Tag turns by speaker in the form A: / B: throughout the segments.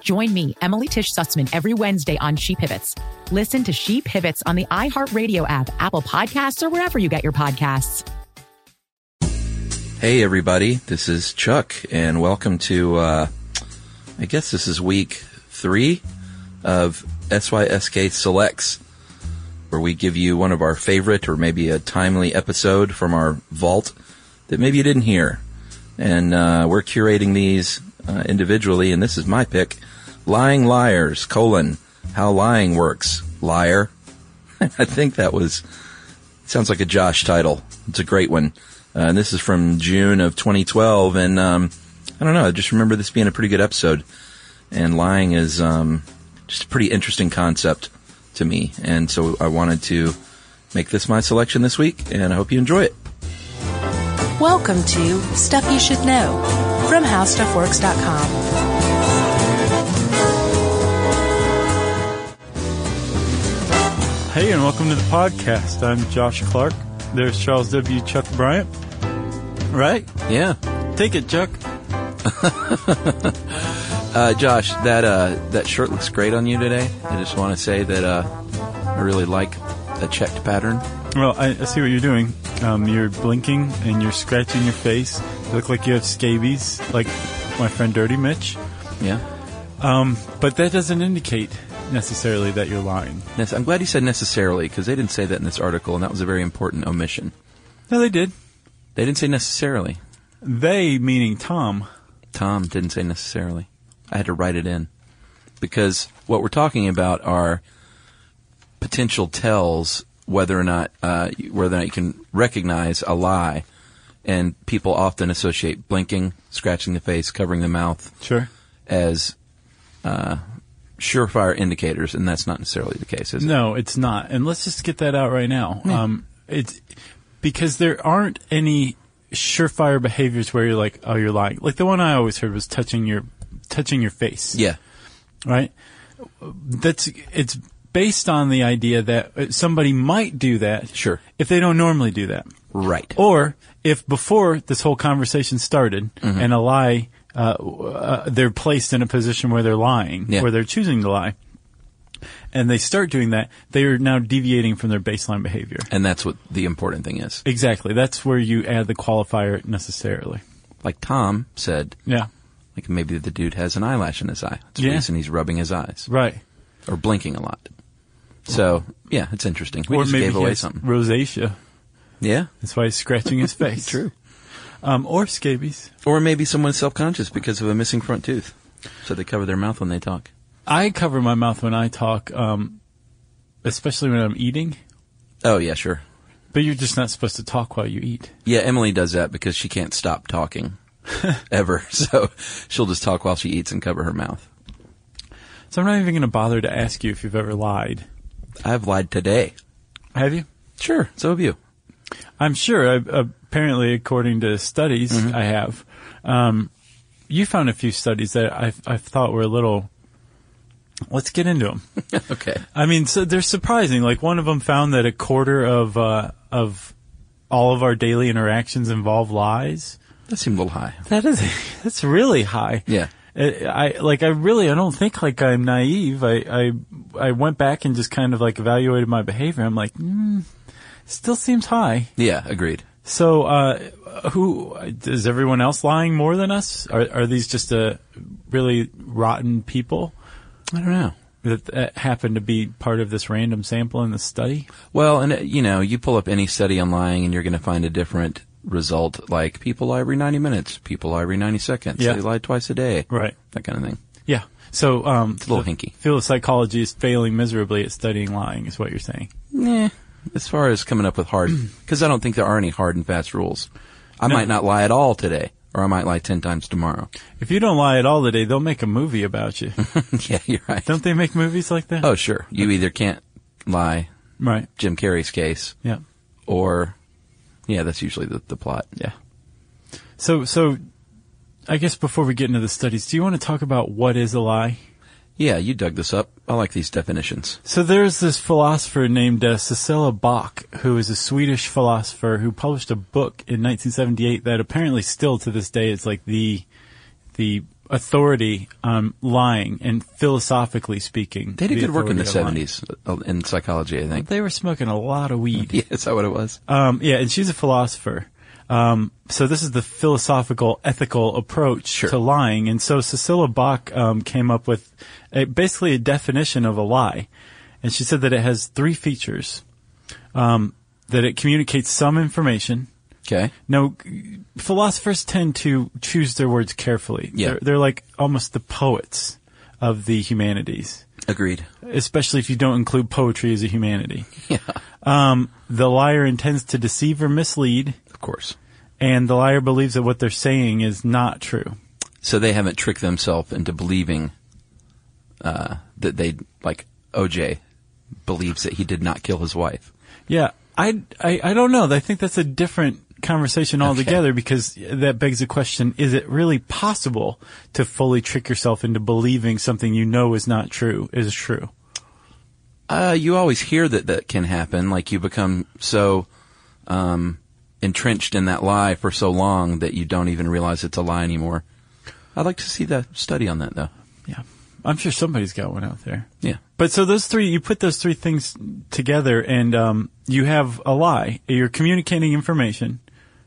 A: Join me, Emily Tish Sussman, every Wednesday on She Pivots. Listen to She Pivots on the iHeartRadio app, Apple Podcasts, or wherever you get your podcasts.
B: Hey, everybody. This is Chuck, and welcome to, uh, I guess this is week three of SYSK Selects, where we give you one of our favorite or maybe a timely episode from our vault that maybe you didn't hear. And uh, we're curating these uh, individually, and this is my pick Lying Liars, colon, How Lying Works, Liar. I think that was, sounds like a Josh title. It's a great one. Uh, and this is from June of 2012, and um, I don't know, I just remember this being a pretty good episode. And lying is um, just a pretty interesting concept to me, and so I wanted to make this my selection this week, and I hope you enjoy it.
C: Welcome to Stuff You Should Know from HowStuffWorks.com.
D: Hey, and welcome to the podcast. I'm Josh Clark. There's Charles W. Chuck Bryant. Right?
B: Yeah.
D: Take it, Chuck.
B: Uh, Josh, that uh, that shirt looks great on you today. I just want to say that uh, I really like a checked pattern.
D: Well, I, I see what you're doing. Um, you're blinking and you're scratching your face. You look like you have scabies, like my friend Dirty Mitch.
B: Yeah.
D: But that doesn't indicate necessarily that you're lying.
B: Nece- I'm glad you said necessarily because they didn't say that in this article, and that was a very important omission.
D: No, they did.
B: They didn't say necessarily.
D: They, meaning Tom.
B: Tom didn't say necessarily. I had to write it in because what we're talking about are potential tells whether or not uh, you- whether or not you can recognize a lie, and people often associate blinking, scratching the face, covering the mouth
D: Sure.
B: as uh, surefire indicators, and that's not necessarily the case, is it?
D: No, it's not. And let's just get that out right now. Um, it's because there aren't any surefire behaviors where you're like, oh, you're lying. Like the one I always heard was touching your touching your face.
B: Yeah,
D: Right. That's it's based on the idea that uh, somebody might do that.
B: Sure.
D: If they don't normally do that.
B: right.
D: Or if before this whole conversation started
B: Mm-hmm.
D: and a lie, uh, w- uh, they're placed in a position where they're lying,
B: Yeah.
D: where they're choosing to lie, and they start doing that, they are now deviating from their baseline behavior.
B: And that's what the important thing is.
D: Exactly. That's where you add the qualifier necessarily.
B: Like Tom said,
D: Yeah.
B: like maybe the dude has an eyelash in his eye. That's the
D: Yeah.
B: reason he's rubbing his eyes
D: Right.
B: or blinking a lot. So yeah, it's interesting. We
D: or
B: just
D: maybe
B: gave
D: he
B: away
D: has
B: something.
D: rosacea.
B: Yeah,
D: That's why he's scratching his face.
B: True.
D: Um, or scabies.
B: or maybe someone's self-conscious because of a missing front tooth, so they cover their mouth when they talk.
D: I cover my mouth when I talk, um, especially when I'm eating.
B: Oh yeah, sure.
D: But you're just not supposed to talk while you eat.
B: Yeah, Emily does that because she can't stop talking ever. So she'll just talk while she eats and cover her mouth.
D: So I'm not even going to bother to ask you if you've ever lied.
B: I've lied today.
D: Have you?
B: Sure, so have you.
D: I'm sure. I, apparently, according to studies, I have. Um, you found a few studies that I, I thought were a little. Let's get into them.
B: okay.
D: I mean, so they're surprising. Like one of them found that a quarter of uh, of all of our daily interactions involve lies.
B: That seemed a little high.
D: That is that's really high. Uh,
B: Yeah.
D: I I- like I really I don't think like I'm naive. I I I went back and just kind of like evaluated my behavior. I'm like, mm, still seems high.
B: Yeah, agreed.
D: So uh, who is everyone else lying more than us? Are are these just uh, really rotten people?
B: I don't know.
D: that, that happened to be part of this random sample in the study?
B: Well, and uh, you know, you pull up any study online and you're going to find a different result. Like people lie every 90 minutes, people lie every 90 seconds.
D: Yeah.
B: They lie twice a day.
D: Right.
B: That kind of thing.
D: Yeah. So, um,
B: a little hinky.
D: Field of psychology is failing miserably at studying lying, is what you're saying.
B: Yeah. As far as coming up with hard, because I don't think there are any hard and fast rules. I might not lie at all today, or I might lie 10 times tomorrow.
D: If you don't lie at all today, they'll make a movie about you.
B: yeah, you're right.
D: don't they make movies like that?
B: Oh, sure. You either can't lie,
D: Right.
B: Jim Carrey's case,
D: Yeah.
B: or, yeah, that's usually the, the plot.
D: Yeah. So, so, I guess before we get into the studies, do you want to talk about what is a lie?
B: Yeah, you dug this up. I like these definitions.
D: So there's this philosopher named uh, Cecilia Bach, who is a Swedish philosopher who published a book in 1978 that apparently still to this day is like the the authority on lying and philosophically speaking.
B: They did
D: the
B: good work in the
D: authority on lying.
B: 70s uh, in psychology, I think.
D: They were smoking a lot of weed.
B: Yeah, is that what it was?
D: Um, yeah, and she's a philosopher. Um, so this is the philosophical, ethical approach
B: Sure.
D: to lying. And so Cecilia Bach um, came up with a, basically a definition of a lie. And she said that it has three features. Um, that it communicates some information.
B: Okay.
D: Now, philosophers tend to choose their words carefully.
B: Yeah.
D: They're, they're like almost the poets of the humanities,
B: Agreed.
D: especially if you don't include poetry as a humanity. Yeah. Um, the liar intends to deceive or mislead
B: Of course.
D: and the liar believes that what they're saying is not true.
B: So they haven't tricked themselves into believing uh, that they, like, OJ believes that he did not kill his wife.
D: Yeah, I, I, I don't know. I think that's a different conversation altogether because that begs the question, is it really possible to fully trick yourself into believing something you know is not true is true?
B: Uh, you always hear that that can happen. Like you become so um, entrenched in that lie for so long that you don't even realize it's a lie anymore. I'd like to see the study on that, though.
D: Yeah. I'm sure somebody's got one out there.
B: Yeah.
D: But so those three, you put those three things together and, um, you have a lie. You're communicating information,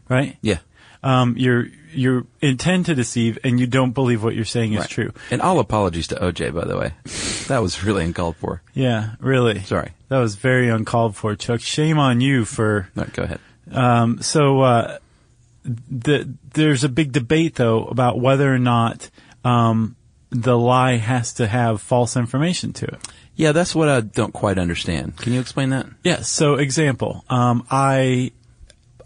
D: right?
B: Yeah.
D: Um, you're, you intend to deceive and you don't believe what you're saying is
B: Right.
D: true.
B: And all apologies to OJ, by the way. that was really uncalled for.
D: Yeah, really.
B: Sorry.
D: That was very uncalled for, Chuck. Shame on you for.
B: All right, go ahead.
D: Um, so uh, the, there's a big debate though about whether or not um, the lie has to have false information to it.
B: Yeah, that's what I don't quite understand. Can you explain that?
D: Yeah. So example, um, I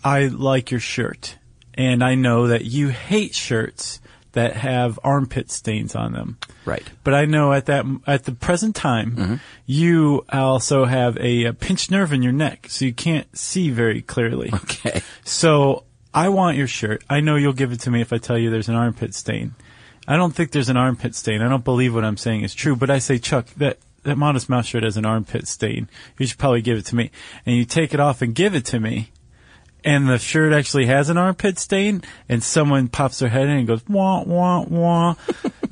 D: I like your shirt, and I know that you hate shirts that have armpit stains on them.
B: Right.
D: But I know at that at the present time, you also have a, uh pinched nerve in your neck, so you can't see very clearly.
B: Okay.
D: So I want your shirt. I know you'll give it to me if I tell you there's an armpit stain. I don't think there's an armpit stain. I don't believe what I'm saying is true, but I say, Chuck, that, that Modest Mouse shirt has an armpit stain. You should probably give it to me. And you take it off and give it to me. And the shirt actually has an armpit stain and someone pops their head in and goes, wah, wah, wah.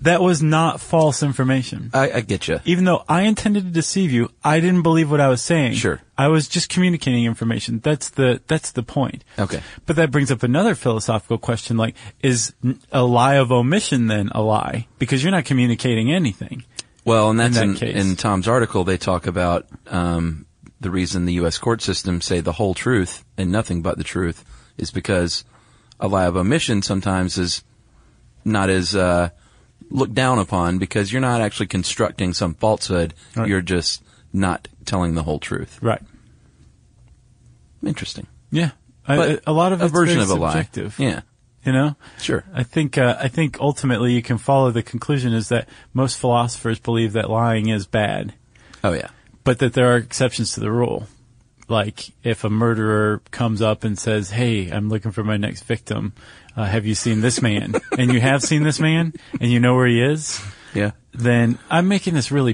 D: that was not false information.
B: I, I get you.
D: Even though I intended to deceive you, I didn't believe what I was saying.
B: Sure.
D: I was just communicating information. That's the, that's the point.
B: Okay.
D: But that brings up another philosophical question like, is n- a lie of omission then a lie? Because you're not communicating anything.
B: Well, and that's
D: that
B: in,
D: case.
B: in Tom's article. They talk about um, the reason the U.S. court system say the whole truth and nothing but the truth is because a lie of omission sometimes is not as uh, looked down upon because you're not actually constructing some falsehood.
D: Right.
B: You're just not telling the whole truth.
D: Right.
B: Interesting.
D: Yeah. A-
B: But
D: a, a lot of
B: a
D: it's
B: version
D: very
B: of a
D: subjective,
B: lie. Yeah.
D: You know?
B: Sure.
D: I think, uh, I think ultimately you can follow the conclusion is that most philosophers believe that lying is bad,
B: Oh yeah.
D: but that there are exceptions to the rule. Like if a murderer comes up and says, Hey, I'm looking for my next victim. Uh, have you seen this man? and you have seen this man and you know where he is.
B: Yeah.
D: then I'm making this really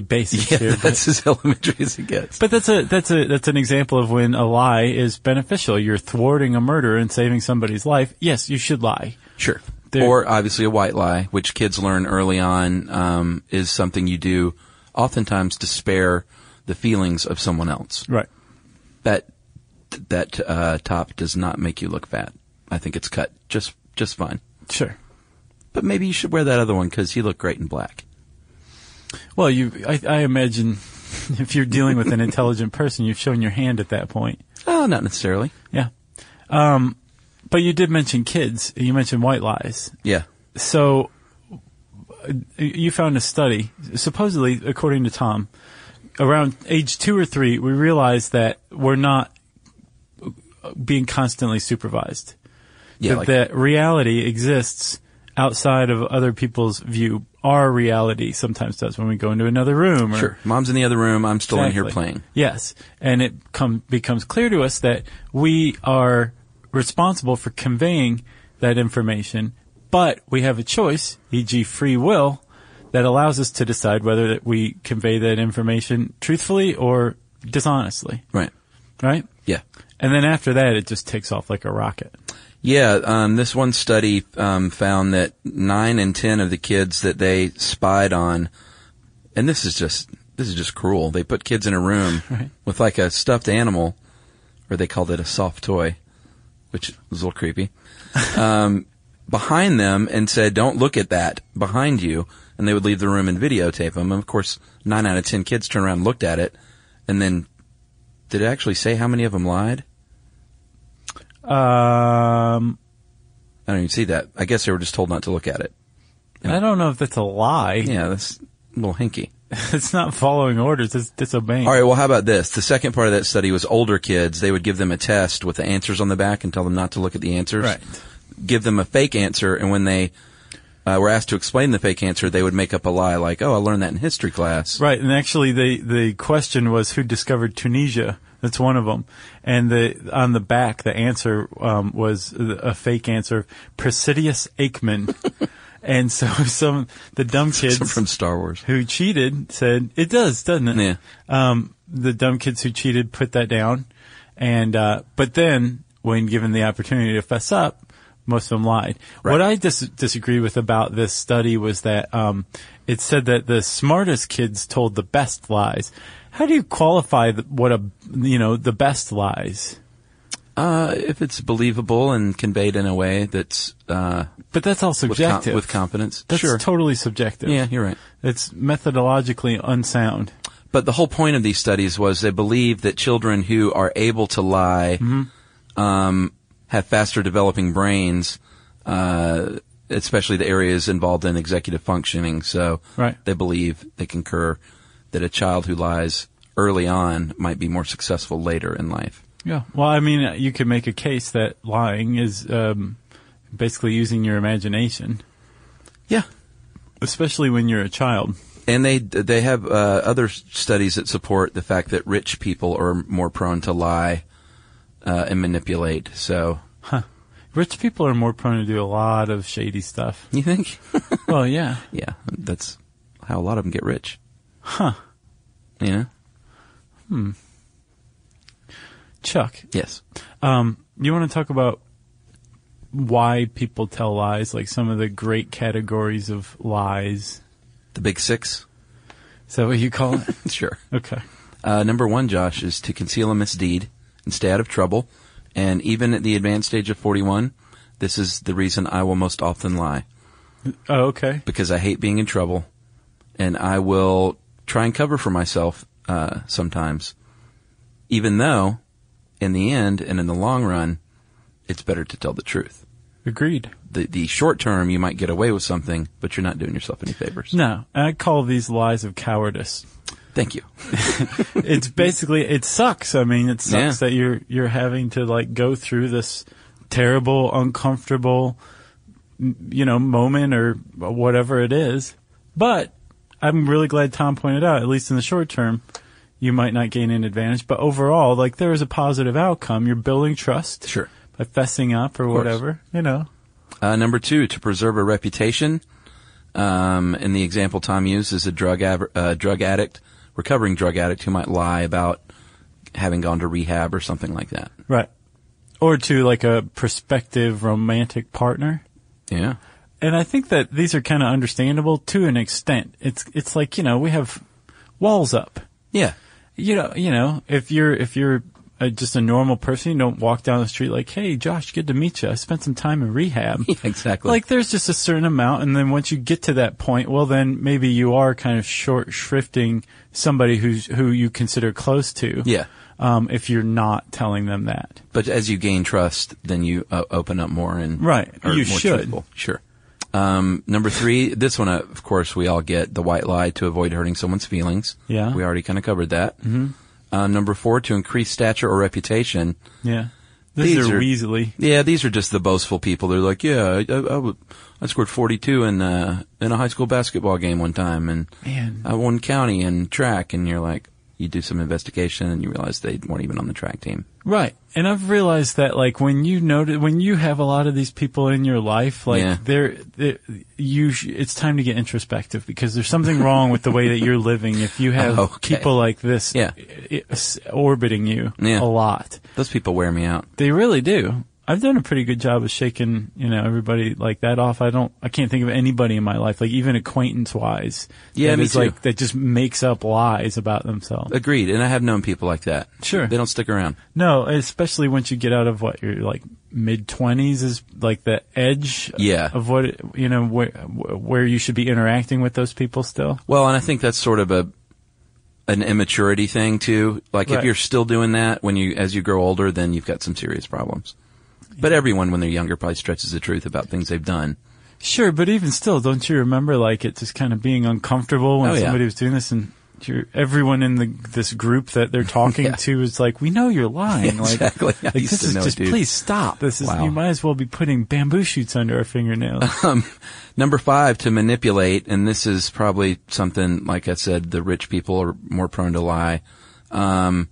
D: basic
B: Yeah.
D: here. But,
B: That's as elementary as it gets.
D: but that's a that's a that's an example of when a lie is beneficial. You're thwarting a murder and saving somebody's life. Yes, you should lie.
B: Sure.
D: There-
B: or obviously a white lie, which kids learn early on, um, is something you do oftentimes to spare the feelings of someone else.
D: Right.
B: That that uh, top does not make you look fat. I think it's cut just just fine.
D: Sure.
B: But maybe you should wear that other one because you look great in black.
D: Well, you, I, I imagine if you're dealing with an intelligent person, you've shown your hand at that point.
B: Oh, not necessarily.
D: Yeah. Um, but you did mention kids. You mentioned white lies.
B: Yeah.
D: So uh, you found a study, supposedly, according to Tom, around age two or three, we realized that we're not being constantly supervised.
B: Yeah.
D: that,
B: like-
D: that reality exists outside of other people's view. Our reality sometimes does when we go into another room. Or,
B: sure. Mom's in the other room. I'm still in here
D: Exactly.
B: playing.
D: Yes, and it come, becomes clear to us that we are responsible for conveying that information, but we have a choice, e.g., free will, that allows us to decide whether that we convey that information truthfully or dishonestly.
B: Right.
D: Right,
B: Yeah.
D: and then after that, it just takes off like a rocket.
B: Yeah, um, this one study um, found that nine in ten of the kids that they spied on, and this is just this is just cruel. They put kids in a room
D: Right.
B: with like a stuffed animal, or they called it a soft toy, which was a little creepy. um, behind them and said, "Don't look at that behind you," and they would leave the room and videotape them. And of course, nine out of ten kids turned around, and looked at it, and then did it actually say how many of them lied?
D: Um,
B: I don't even see that. I guess they were just told not to look at it. Yeah.
D: I don't know if that's a lie.
B: Yeah, that's a little hinky.
D: it's not following orders; it's disobeying.
B: All right, well, how about this? The second part of that study was older kids. They would give them a test with the answers on the back and tell them not to look at the answers.
D: Right.
B: Give them a fake answer, and when they uh, were asked to explain the fake answer, they would make up a lie like, oh, I learned that in history class.
D: Right, and actually, the the question was who discovered Tunisia. That's one of them, and the on the back, the answer um, was a fake answer, Presidius Aikman, and so some the dumb kids
B: From Star Wars.
D: who cheated said it does, doesn't it?
B: Yeah.
D: Um, the dumb kids who cheated put that down, and uh, but then when given the opportunity to fess up, most of them lied.
B: Right.
D: What I dis- disagree with about this study was that um, it said that the smartest kids told the best lies. How do you qualify the, what a you know the best lies?
B: Uh, if it's believable and conveyed in a way that's uh,
D: But that's all
B: with, com-
D: subjective.
B: with confidence.
D: that's
B: sure.
D: totally subjective.
B: yeah, you're right.
D: it's methodologically unsound.
B: But the whole point of these studies was they believe that children who are able to lie um, have faster developing brains, uh, especially the areas involved in executive functioning. So
D: Right.
B: they believe they concur that a child who lies early on might be more successful later in life.
D: Yeah. Well, I mean, you could make a case that lying is um, basically using your imagination,
B: Yeah.
D: especially when you're a child.
B: And they they have uh, other studies that support the fact that rich people are more prone to lie uh, and manipulate. So
D: Rich people are more prone to do a lot of shady stuff.
B: you think?
D: well, yeah.
B: Yeah, that's how a lot of them get rich.
D: Huh.
B: You know?
D: Chuck,
B: Yes.
D: um, you want to talk about why people tell lies, like some of the great categories of lies?
B: The big six?
D: Is that what you call it?
B: Sure.
D: okay.
B: Uh, number one, Josh, is to conceal a misdeed and stay out of trouble. And even at the advanced age of 41, this is the reason I will most often lie
D: Oh, okay.
B: because I hate being in trouble and I will try and cover for myself uh, sometimes, even though in the end and in the long run, it's better to tell the truth.
D: Agreed.
B: The, the short term, you might get away with something, but you're not doing yourself any favors.
D: No, I call these lies of cowardice.
B: Thank you.
D: it's basically it sucks. I mean, it sucks
B: Yeah.
D: that you're you're having to like go through this terrible, uncomfortable, m- you know, moment or whatever it is. But I'm really glad Tom pointed out, at least in the short term, you might not gain an advantage. But overall, like there is a positive outcome. You're building trust.
B: Sure.
D: By fessing up or
B: course.
D: whatever, you know.
B: Uh, number two, to preserve a reputation. Um, and the example Tom used is a drug aver- uh, drug addict, recovering drug addict who might lie about having gone to rehab or something like that.
D: Right. Or to like a prospective romantic partner.
B: Yeah,
D: and I think that these are kind of understandable to an extent. It's it's like you know we have walls up.
B: yeah,
D: You know you know if you're if you're uh, just a normal person. You don't walk down the street like, "Hey, Josh, good to meet you. I spent some time in rehab."
B: Yeah, exactly.
D: Like, there's just a certain amount, and then once you get to that point, well, then maybe you are kind of short shrifting somebody who's who you consider close to.
B: Yeah.
D: Um, if you're not telling them that,
B: But as you gain trust, then you uh, open up more and
D: Right.
B: are
D: You
B: more
D: should.
B: truthful. Sure. Um, number three, this one, uh, of course, we all get the white lie to avoid hurting someone's feelings.
D: Yeah.
B: we already kind of covered that. Mm-hmm. Uh, number four, to increase stature or reputation.
D: yeah, these,
B: These
D: are,
B: are-
D: Weasley.
B: Yeah, these are just the boastful people. They're like, yeah, I, I, I w- I scored 42 in uh, in a high school basketball game one time, and
D: Man.
B: I won county and track. And you're like, you do some investigation, and you realize they weren't even on the track team.
D: Right. And I've realized that like when you notice when you have a lot of these people in your life, like
B: Yeah.
D: they're, they're you sh- it's time to get introspective because there's something wrong with the way that you're living if you have
B: Okay.
D: people like this
B: Yeah.
D: i- i- s- orbiting you
B: Yeah.
D: a lot.
B: Those people wear me out.
D: They really do. I've done a pretty good job of shaking, you know, everybody like that off. I don't, I can't think of anybody in my life, like even acquaintance wise.
B: Yeah, me too.
D: like, that just makes up lies about themselves.
B: Agreed. And I have known people like that.
D: Sure.
B: They don't stick around.
D: No, especially once you get out of what your like mid twenties is like the edge.
B: Yeah.
D: Of what it- you know where where you should be interacting with those people still.
B: Well, and I think that's sort of a an immaturity thing too. Like if
D: Right.
B: you're still doing that when you as you grow older, then you've got some serious problems. But everyone when they're younger probably stretches the truth about things they've done.
D: Sure, but even still, don't you remember like it just kind of being uncomfortable when
B: Oh, yeah.
D: somebody was doing this and. You're, everyone in the, this group that they're talking
B: Yeah.
D: to is like, we know you're lying. Like,
B: Exactly. I
D: like,
B: used
D: this
B: to
D: is
B: know it,
D: just
B: dude.
D: please stop. This is
B: Wow.
D: you might as well be putting bamboo shoots under our fingernails.
B: Um, number five to manipulate, and this is probably something like I said, the rich people are more prone to lie. Um,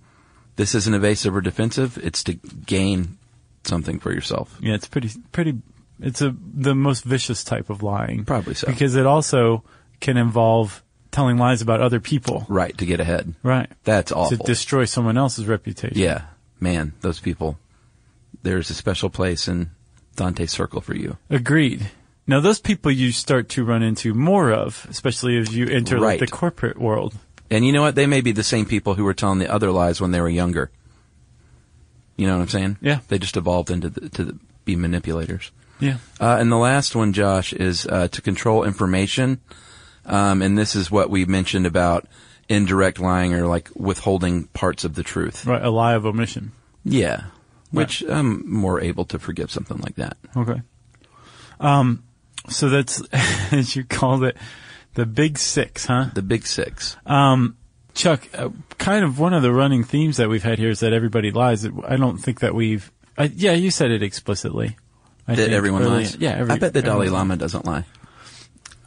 B: this isn't evasive or defensive. It's to gain something for yourself.
D: Yeah, it's pretty pretty. It's a the most vicious type of lying,
B: Probably so.
D: because it also can involve telling lies about other people.
B: Right to get ahead.
D: Right.
B: That's
D: To
B: awful.
D: destroy someone else's reputation.
B: Yeah, man, those people. There's a special place in Dante's circle for you.
D: Agreed. Now those people you start to run into more of, especially as you enter
B: Right.
D: like, the corporate world.
B: And you know what? They may be the same people who were telling the other lies when they were younger. You know what I'm saying?
D: Yeah.
B: They just evolved into the, to the, be manipulators.
D: Yeah.
B: Uh, and the last one, Josh, is uh, to control information. Um, and this is what we mentioned about indirect lying or like withholding parts of the truth.
D: Right. A lie of omission.
B: Yeah. Which I'm more able to forgive something like that.
D: Okay. Um. So that's as you called it, the big six, huh?
B: The big six.
D: Chuck, uh, kind of one of the running themes that we've had here is that everybody lies. I don't think that we've. I, yeah, you said it explicitly. I
B: that
D: think
B: everyone
D: early-
B: lies.
D: Yeah, every-
B: I bet the Dalai
D: everyone-
B: Lama doesn't lie.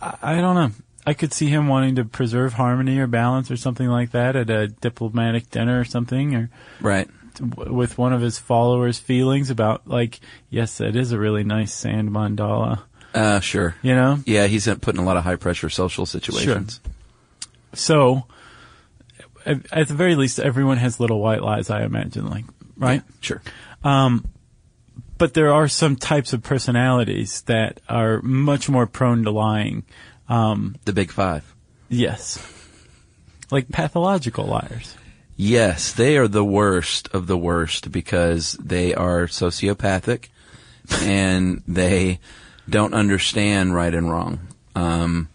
D: I, I don't know. I could see him wanting to preserve harmony or balance or something like that at a diplomatic dinner or something, or
B: Right.
D: t- w- with one of his followers' feelings about like, yes, that is a really nice sand mandala,
B: Uh, sure.
D: you know.
B: Yeah, he's uh, put in a lot of high pressure social situations.
D: So, at, at the very least, everyone has little white lies. I imagine, like, right?
B: Yeah, sure.
D: but there are some types of personalities that are much more prone to lying.
B: The big five.
D: Yes. Like pathological liars.
B: Yes, they are the worst of the worst because they are sociopathic and they don't understand right and wrong. Um,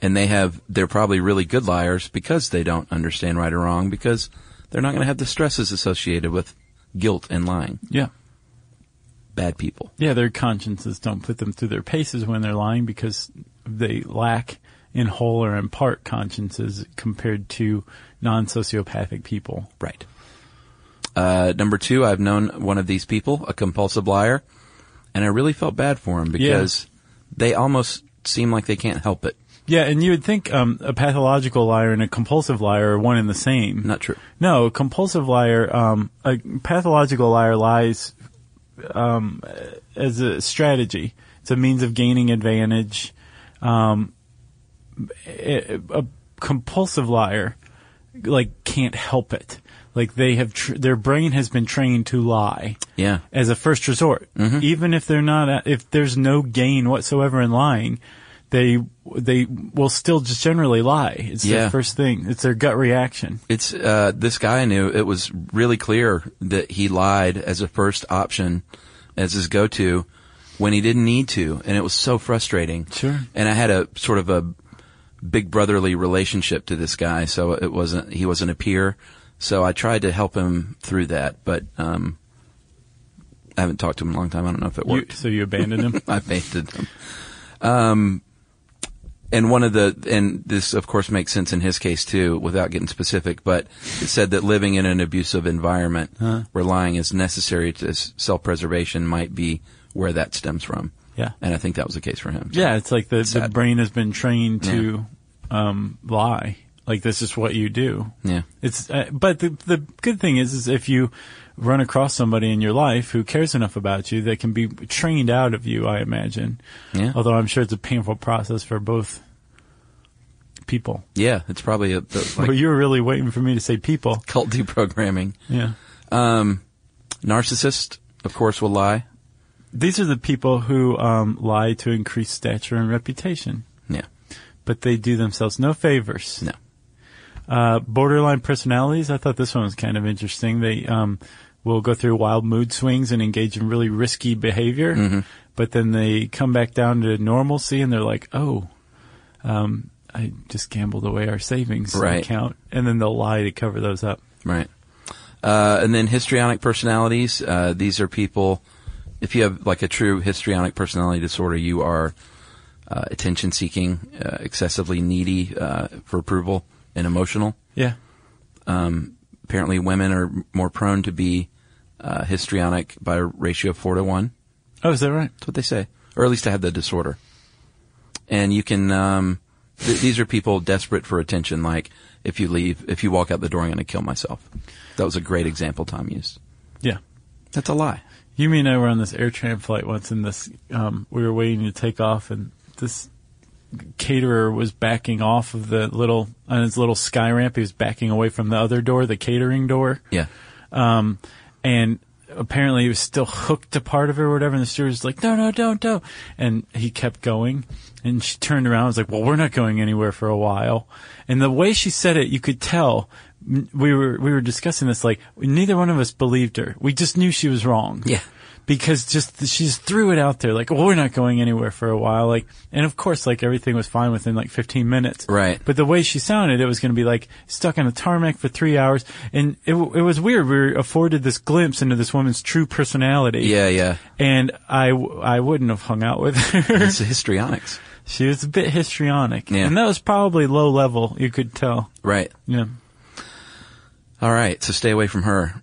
B: and they have, they're probably really good liars because they don't understand right or wrong because they're not going to have the stresses associated with guilt and lying.
D: Yeah.
B: Bad people.
D: Yeah, their consciences don't put them through their paces when they're lying because they lack in whole or in part consciences compared to non sociopathic people.
B: Right. Uh, number two, I've known one of these people, a compulsive liar, and I really felt bad for him because they almost seem like they can't help it.
D: Yeah, and you would think um, a pathological liar and a compulsive liar are one and the same.
B: Not true.
D: No, a compulsive liar, um, a pathological liar lies um, as a strategy. It's a means of gaining advantage. Um, a, a compulsive liar, like, can't help it. Like they have, tr- their brain has been trained to lie
B: Yeah. Mm-hmm.
D: as a first resort, even if they're not, if there's no gain whatsoever in lying. they they will still just generally lie. It's
B: Yeah.
D: their first thing. It's their gut reaction.
B: It's uh, this guy I knew. It was really clear that he lied as a first option, as his go-to, when he didn't need to, and it was so frustrating.
D: Sure.
B: And I had a sort of a big brotherly relationship to this guy, so it wasn't he wasn't a peer. So I tried to help him through that, but um, I haven't talked to him in a long time. I don't know if it
D: You,
B: worked.
D: so you abandoned him.
B: I painted them. Um, and one of the, and this of course makes sense in his case too, without getting specific, but it said that living in an abusive environment where lying is necessary to s- self-preservation might be where that stems from.
D: Yeah.
B: And I think that was the case for him.
D: Yeah, it's like the, the
B: Sad.
D: brain has been trained to um, lie. Like this is what you do.
B: Yeah.
D: It's uh, but the the good thing is is if you run across somebody in your life who cares enough about you, they can be trained out of you. I imagine.
B: Yeah.
D: Although I'm sure it's a painful process for both people.
B: Yeah. It's probably a, the,
D: but
B: like
D: you were really waiting for me to say people.
B: cult deprogramming.
D: Yeah.
B: Um, narcissist, of course, will lie.
D: These are the people who um, lie to increase stature and reputation,
B: Yeah.
D: but they do themselves no favors.
B: No.
D: Uh, borderline personalities. I thought this one was kind of interesting. They um, will go through wild mood swings and engage in really risky behavior, but then they come back down to normalcy and they're like, "Oh, um, I just gambled away our savings
B: Right.
D: account," and then they'll lie to cover those up.
B: Right. Uh, and then histrionic personalities. Uh, these are people, if you have like a true histrionic personality disorder, you are uh, attention seeking, uh, excessively needy uh, for approval, and emotional.
D: Yeah,
B: Apparently, women are m- more prone to be uh, histrionic by a ratio of four to one.
D: Oh, is that right?
B: That's what they say, or at least to have the disorder. And you can. Um, th- these are people desperate for attention. Like, if you leave, if you walk out the door, I'm going to kill myself. That was a great example Tom used.
D: Yeah.
B: That's a lie.
D: Yumi and I were on this air tram flight once, and this um, we were waiting to take off, and this caterer was backing off of the little on his little sky ramp. He was backing away from the other door, the catering door,
B: Yeah.
D: um, and apparently he was still hooked to part of her or whatever. And the steward was like, "No, no, don't, don't," and he kept going. And she turned around, and was like, "Well, we're not going anywhere for a while." And the way she said it, you could tell. m- We were we were discussing this like neither one of us believed her. We just knew she was wrong
B: Yeah.
D: because just she just threw it out there like well we're not going anywhere for a while like and of course like everything was fine within like 15 minutes
B: Right.
D: but the way she sounded it was going to be like stuck on a tarmac for three hours and it, w- it was weird we were afforded this glimpse into this woman's true personality
B: Yeah, yeah.
D: and I, w- I wouldn't have hung out with her
B: It's histrionics.
D: she was a bit histrionic
B: Yeah.
D: and that was probably low level you could tell
B: Right.
D: yeah
B: All right. So stay away from her.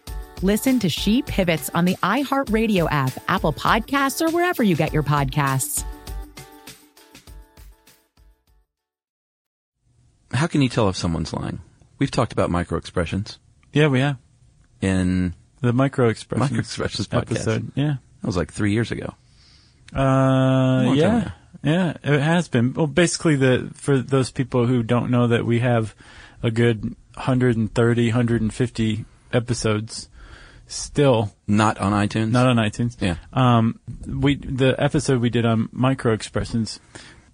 A: Listen to She Pivots on the iHeartRadio app, Apple Podcasts, or wherever you get your podcasts.
B: How can you tell if someone's lying? We've talked about micro expressions
D: yeah we have
B: in,
D: the micro expressions
B: Micro Expressions podcast.
D: episode yeah
B: that was like three years ago.
D: Uh,
B: Long time
D: yeah.
B: ago.
D: Yeah, it has been. Well, basically, the for those people who don't know that we have a good 130, 150 episodes still
B: not on Uh, iTunes.
D: Not on iTunes.
B: Yeah.
D: Um, we the episode we did on micro expressions.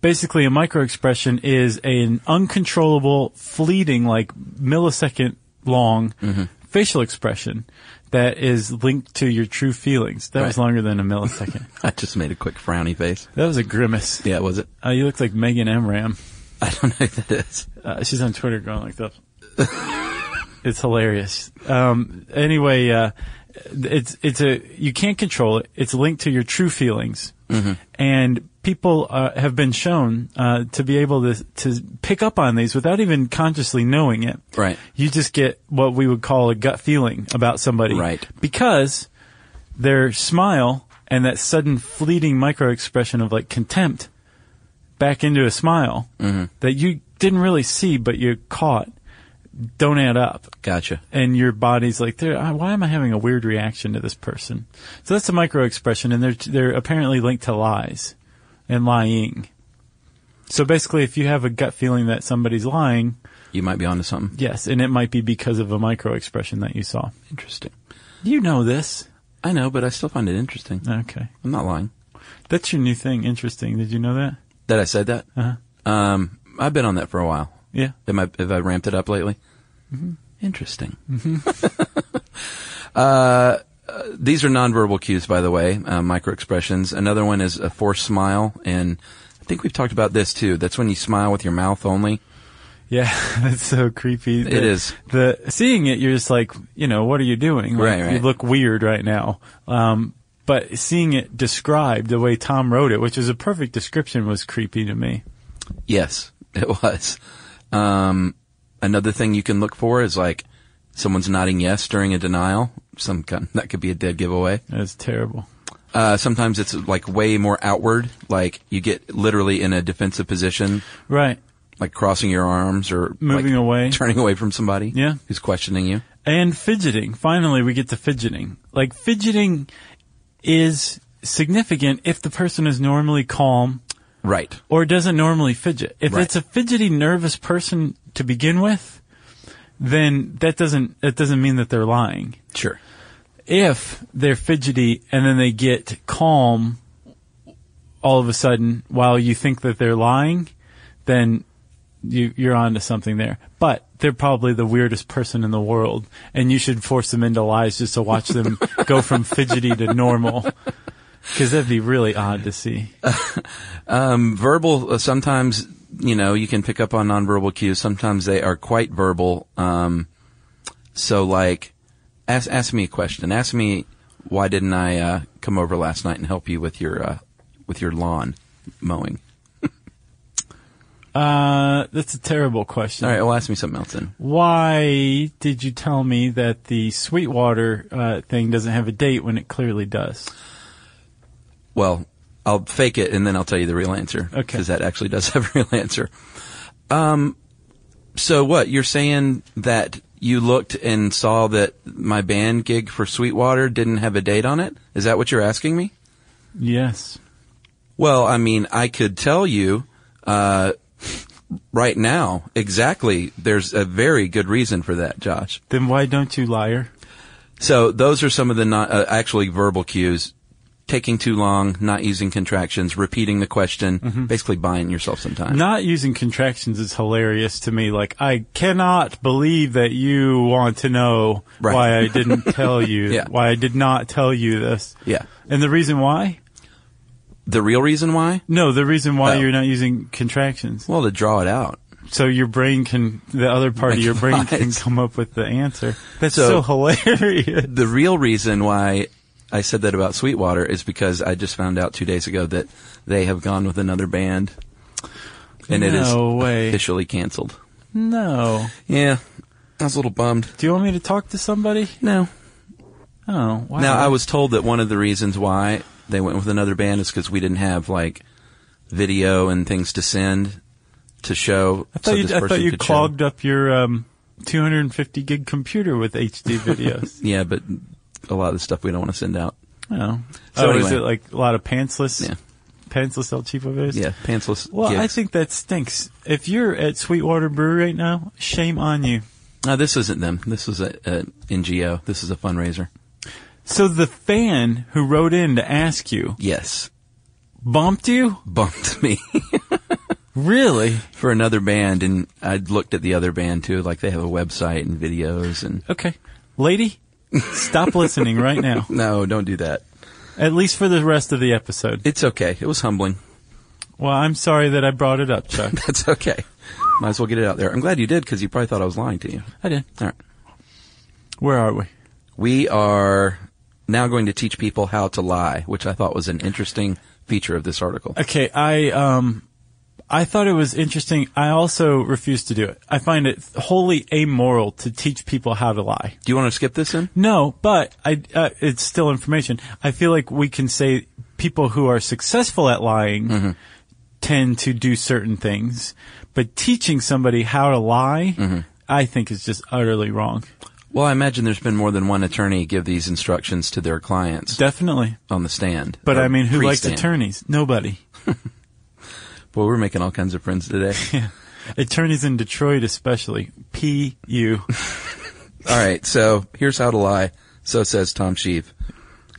D: Basically, a micro expression is an uncontrollable, fleeting, like millisecond long
B: Mhm.
D: facial expression that is linked to your true feelings. That was
B: Right.
D: longer than a millisecond.
B: I just made a quick frowny face.
D: That was a grimace.
B: Yeah, was it?
D: Uh, you look like Megan Amram.
B: I don't know who that is.
D: Uh, she's on Twitter going like that. it's hilarious. Um, anyway, uh, it's it's a you can't control it. It's linked to your true feelings,
B: Mhm.
D: and people uh, have been shown uh, to be able to to pick up on these without even consciously knowing it.
B: Right.
D: You just get what we would call a gut feeling about somebody,
B: Right.
D: Because their smile and that sudden fleeting micro expression of like contempt back into a smile
B: Mhm.
D: that you didn't really see but you caught don't add up.
B: Gotcha.
D: And your body's like, "There- I- why am I having a weird reaction to this person? So that's a micro expression, and they're, they're apparently linked to lies and lying. So basically, if you have a gut feeling that somebody's lying,
B: You might be onto something.
D: yes, and it might be because of a micro expression that you saw.
B: Interesting.
D: You know this.
B: I know, but I still find it interesting.
D: Okay.
B: I'm not lying.
D: That's your new thing. Interesting. Did you know that?
B: That I said that.
D: Uh-huh.
B: Um, I've been on that for a while.
D: Yeah.
B: Am I, have I ramped it up lately? Interesting. uh, uh, these are nonverbal cues, by the way, uh, micro expressions. Another one is a forced smile, and I think we've talked about this too. That's when you smile with your mouth only.
D: Yeah, that's so creepy.
B: It
D: It
B: is.
D: is The seeing it, you're just like, you know, what are you doing? Like,
B: Right, right.
D: You look weird right now. Um, but seeing it described the way Tom wrote it, which is a perfect description, was creepy to me.
B: Yes, it was. Um, another thing you can look for is like someone's nodding yes during a denial. Some kind, that could be a dead giveaway.
D: That's terrible.
B: Uh, sometimes it's like way more outward. Like you get literally in a defensive position,
D: Right.
B: like crossing your arms or like,
D: Moving away.
B: turning away from somebody.
D: Yeah.
B: who's questioning you?
D: And fidgeting. Finally, we get to fidgeting. Like fidgeting is significant if the person is normally calm
B: Right.
D: or doesn't normally fidget. If
B: Right.
D: it's a fidgety, nervous person to begin with, then that doesn't that doesn't mean that they're lying.
B: Sure.
D: If they're fidgety and then they get calm all of a sudden while you think that they're lying, then you, you're onto something there. But they're probably the weirdest person in the world, and you should force them into lies just to watch them go from fidgety to normal. Because that'd be really odd to see.
B: Um, verbal, uh, sometimes, you know, you can pick up on nonverbal cues. Sometimes they are quite verbal. Um, so like, ask, ask me a question. Ask me, why didn't I, uh, come over last night and help you with your, uh, with your lawn mowing?
D: Uh, that's a terrible question.
B: All right. Well, ask me something else then.
D: Why did you tell me that the Sweetwater uh, thing doesn't have a date when it clearly does?
B: Well, I'll fake it and then I'll tell you the real answer. Okay. Because that actually does have a real answer. Um, so what? You're saying that you looked and saw that my band gig for Sweetwater didn't have a date on it? Is that what you're asking me?
D: Yes.
B: Well, I mean, I could tell you, uh, right now exactly there's a very good reason for that, Josh.
D: Then why don't you, liar?
B: So those are some of the not, uh, actually verbal cues. Taking too long, not using contractions, repeating the question, basically buying yourself some time.
D: Mm-hmm. Not using contractions is hilarious to me. Like, I cannot believe that you want to know
B: Right.
D: why I didn't tell you,
B: Yeah.
D: why I did not tell you this.
B: Yeah.
D: And the reason why?
B: The real reason why?
D: No, the reason why
B: Oh.
D: you're not using contractions.
B: Well, to draw it out.
D: So your brain can, the other part of
B: Make
D: your brain can
B: lies.
D: come up with the answer. That's
B: So-
D: so hilarious.
B: The real reason why I said that about Sweetwater is because I just found out two days ago that they have gone with another band, and it is
D: No way.
B: officially canceled.
D: No.
B: Yeah, I was a little bummed.
D: Do you want me to talk to somebody?
B: No.
D: Oh, wow.
B: Now I was told that one of the reasons why they went with another band is because we didn't have like video and things to send to show.
D: I thought
B: so
D: you,
B: this
D: I thought
B: person
D: you
B: could show.
D: clogged up your um, 250 gig computer with HD videos.
B: Yeah, but a lot of the stuff we don't want to send out.
D: oh.
B: So
D: oh, is
B: anyway.
D: it like a lot of pantsless?
B: Yeah.
D: pantsless El Cheapo is?
B: Yeah, pantsless.
D: Well, I
B: gigs.
D: think that stinks. If you're at Sweetwater Brewery right now, shame on you.
B: No, this isn't them. This is a, a NGO. This is a fundraiser.
D: So the fan who wrote in to ask you,
B: yes,
D: bumped you,
B: bumped me
D: really
B: for another band, and I looked at the other band too. Like they have a website and videos, and
D: okay, lady, stop listening right now.
B: no, don't do that.
D: At least for the rest of the episode.
B: It's okay. It was humbling.
D: Well, I'm sorry that I brought it up, Chuck.
B: That's okay. Might as well get it out there. I'm glad you did because you probably thought I was lying to you.
D: I did.
B: All right.
D: Where are we?
B: We are now going to teach people how to lie, which I thought was an interesting feature of this article.
D: Okay, I um, I thought it was interesting. I also refuse to do it. I find it wholly amoral to teach people how to lie.
B: Do you want to skip this in?
D: No, but I uh, it's still information. I feel like we can say people who are successful at lying tend to do certain things, but teaching somebody how to lie, I think is just utterly wrong.
B: Well, I imagine there's been more than one attorney give these instructions to their clients
D: Definitely.
B: on the stand.
D: But
B: or
D: I mean, who likes
B: pre-stand.
D: attorneys? Nobody.
B: Boy, we're making all kinds of friends today.
D: Attorneys in Detroit, especially. P U.
B: all right, so here's how to lie. So says Tom Sheaf.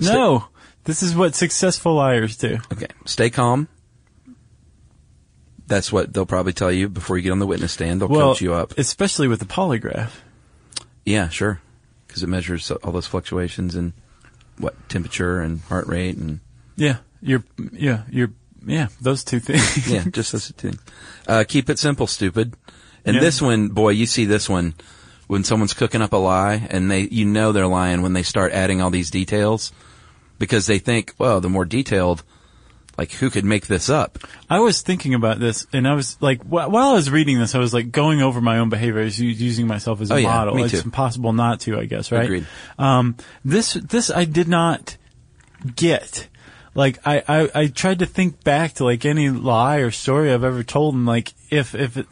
D: No, this is what successful liars do.
B: Okay, stay calm. That's what they'll probably tell you before you get on the witness stand. They'll
D: well,
B: coach you up.
D: especially with the polygraph.
B: Yeah, sure. Because it measures all those fluctuations in what temperature and heart rate and
D: Yeah, you're, yeah, you're, yeah, those two things.
B: yeah, just those two things. Uh, keep it simple, stupid. And
D: Yeah.
B: this one, boy, you see this one when someone's cooking up a lie and they, you know, they're lying when they start adding all these details because they think, well, the more detailed, like who could make this up?
D: I was thinking about this, and I was like, wh- while I was reading this, I was like going over my own behavior, I was u- using myself as a
B: Oh, yeah,
D: model.
B: me
D: it's
B: too.
D: impossible not to, I guess, right?
B: Agreed.
D: Um, this, this I did not get. Like I, I, I tried to think back to like any lie or story I've ever told, and like if if, it,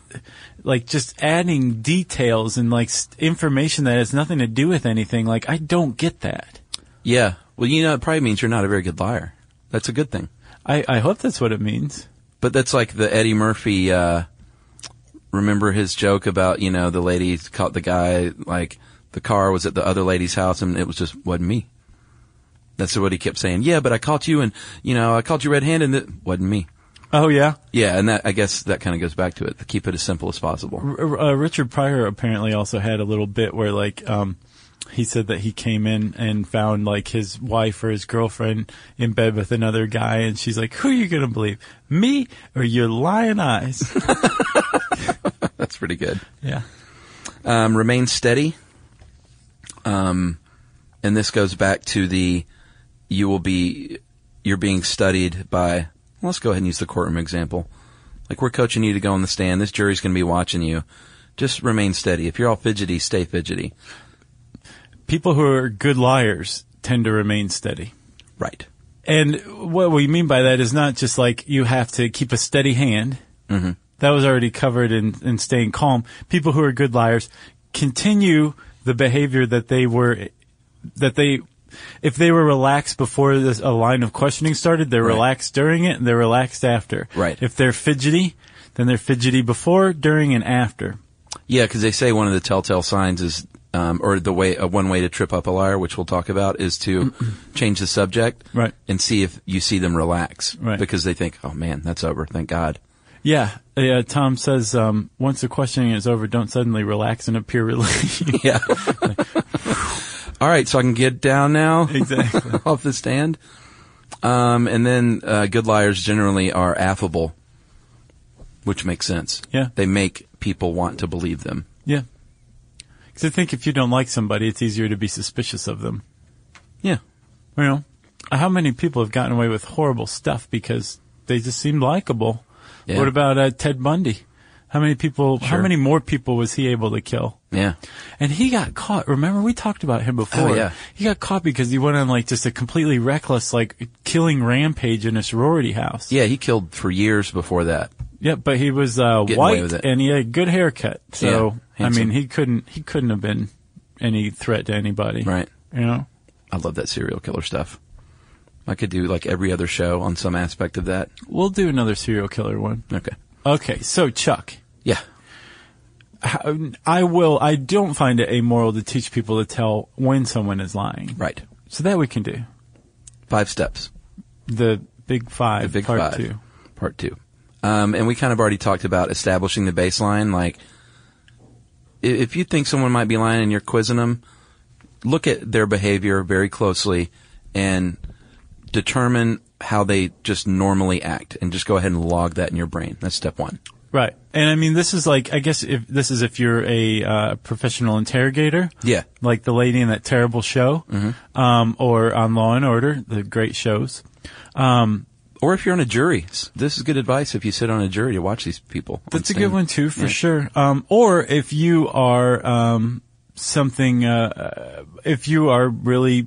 D: like just adding details and like s information that has nothing to do with anything, like I don't get that.
B: Yeah. Well, you know, it probably means you're not a very good liar. That's a good thing.
D: I, I hope that's what it means.
B: But that's like the Eddie Murphy. Uh, remember his joke about you know the lady caught the guy like the car was at the other lady's house and it was just wasn't me. That's what he kept saying. Yeah, but I caught you and you know I caught you red-handed. And it wasn't me.
D: Oh yeah.
B: Yeah, and that I guess that kind of goes back to it. To keep it as simple as possible.
D: R- uh, Richard Pryor apparently also had a little bit where like um he said that he came in and found like his wife or his girlfriend in bed with another guy and she's like who are you going to believe me or your lying eyes
B: That's pretty good.
D: yeah
B: Um, remain steady. Um, and this goes back to the you will be you're being studied by. Well, let's go ahead and use the courtroom example. Like we're coaching you to go on the stand. This jury's going to be watching you. Just remain steady. If you're all fidgety, stay fidgety.
D: people who are good liars tend to remain steady
B: Right.
D: and what we mean by that is not just like you have to keep a steady hand
B: hmm
D: That was already covered in, in staying calm. People who are good liars continue the behavior that they were, that they, if they were relaxed before this, a line of questioning started, they're
B: Right.
D: relaxed during it and they're relaxed after.
B: Right.
D: If they're fidgety, then they're fidgety before, during, and after.
B: Yeah, because they say one of the telltale signs is, um, or the way uh, one way to trip up a liar, which we'll talk about, is to change the subject
D: Right.
B: and see if you see them relax
D: Right.
B: because they think, oh man, that's over. Thank God.
D: Yeah. Yeah. Tom says, um, once the questioning is over, don't suddenly relax and appear relieved.
B: Yeah. All right, so I can get down now
D: exactly.
B: off the stand. Um, and then uh, good liars generally are affable, which makes sense.
D: Yeah.
B: They make people want to believe them.
D: Yeah. Cause I think if you don't like somebody, it's easier to be suspicious of them.
B: Yeah.
D: you know, how many people have gotten away with horrible stuff because they just seemed likable?
B: Yeah.
D: What about uh, Ted Bundy? How many people? How
B: Sure.
D: many more people was he able to kill?
B: Yeah.
D: And he got caught. Remember, we talked about him before.
B: Oh, yeah.
D: He got caught because he went on like just a completely reckless, like killing rampage in a sorority house.
B: Yeah, he killed for years before that.
D: Yeah, but he was uh,
B: Getting away
D: white
B: with it.
D: and he had a good haircut. So
B: Yeah,
D: I
B: handsome.
D: mean, he couldn't he couldn't have been any threat to anybody.
B: Right.
D: You know.
B: I love that serial killer stuff. I could do like every other show on some aspect of that.
D: We'll do another serial killer one.
B: Okay.
D: Okay, so Chuck.
B: Yeah.
D: How- I will. I don't find it amoral to teach people to tell when someone is lying.
B: Right.
D: So that we can do.
B: Five steps.
D: The big five.
B: The big
D: part
B: five.
D: two.
B: Part two. Um, and we kind of already talked about establishing the baseline. Like, i- if you think someone might be lying and you're quizzing them, look at their behavior very closely and determine how they just normally act and just go ahead and log that in your brain. That's step one.
D: Right. And I mean, this is like, I guess if this is if you're a uh, professional interrogator.
B: Yeah.
D: Like the lady in that terrible show.
B: Mm-hmm.
D: Um, or on Law and Order, the great shows. Um,
B: or if you're on a jury, s- this is good advice if you sit on a jury to watch these people.
D: That's a
B: Understand?
D: good one too, for
B: Yeah.
D: sure. Um, or if you are um, something, uh, uh, if you are really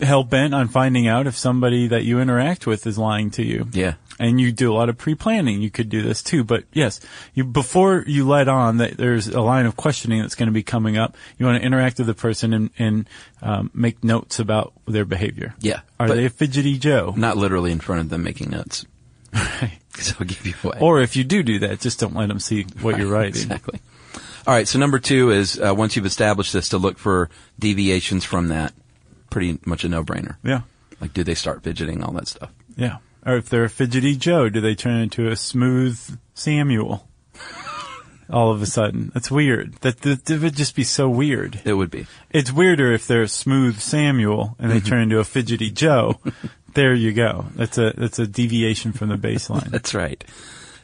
D: hell bent on finding out if somebody that you interact with is lying to you,
B: Yeah.
D: and you do a lot of pre-planning, you could do this too. But yes, you before you let on that there's a line of questioning that's going to be coming up. You want to interact with the person and, and um, make notes about their behavior.
B: Yeah.
D: Are
B: But
D: they a fidgety Joe?
B: Not literally in front of them making notes. Because I'll give you away.
D: Or if you do do that, just don't let them see what you're writing.
B: Exactly. All right. So number two is uh, once you've established this, to look for deviations from that. Pretty much a no-brainer.
D: Yeah.
B: Like, do they start fidgeting? All that stuff.
D: Yeah. Or if they're a fidgety Joe, do they turn into a smooth Samuel? All of a sudden, that's weird. That, that, that would just be so weird.
B: It would be.
D: It's weirder if they're a smooth Samuel and they turn into a fidgety Joe. there you go. That's a that's a deviation from the baseline.
B: That's right.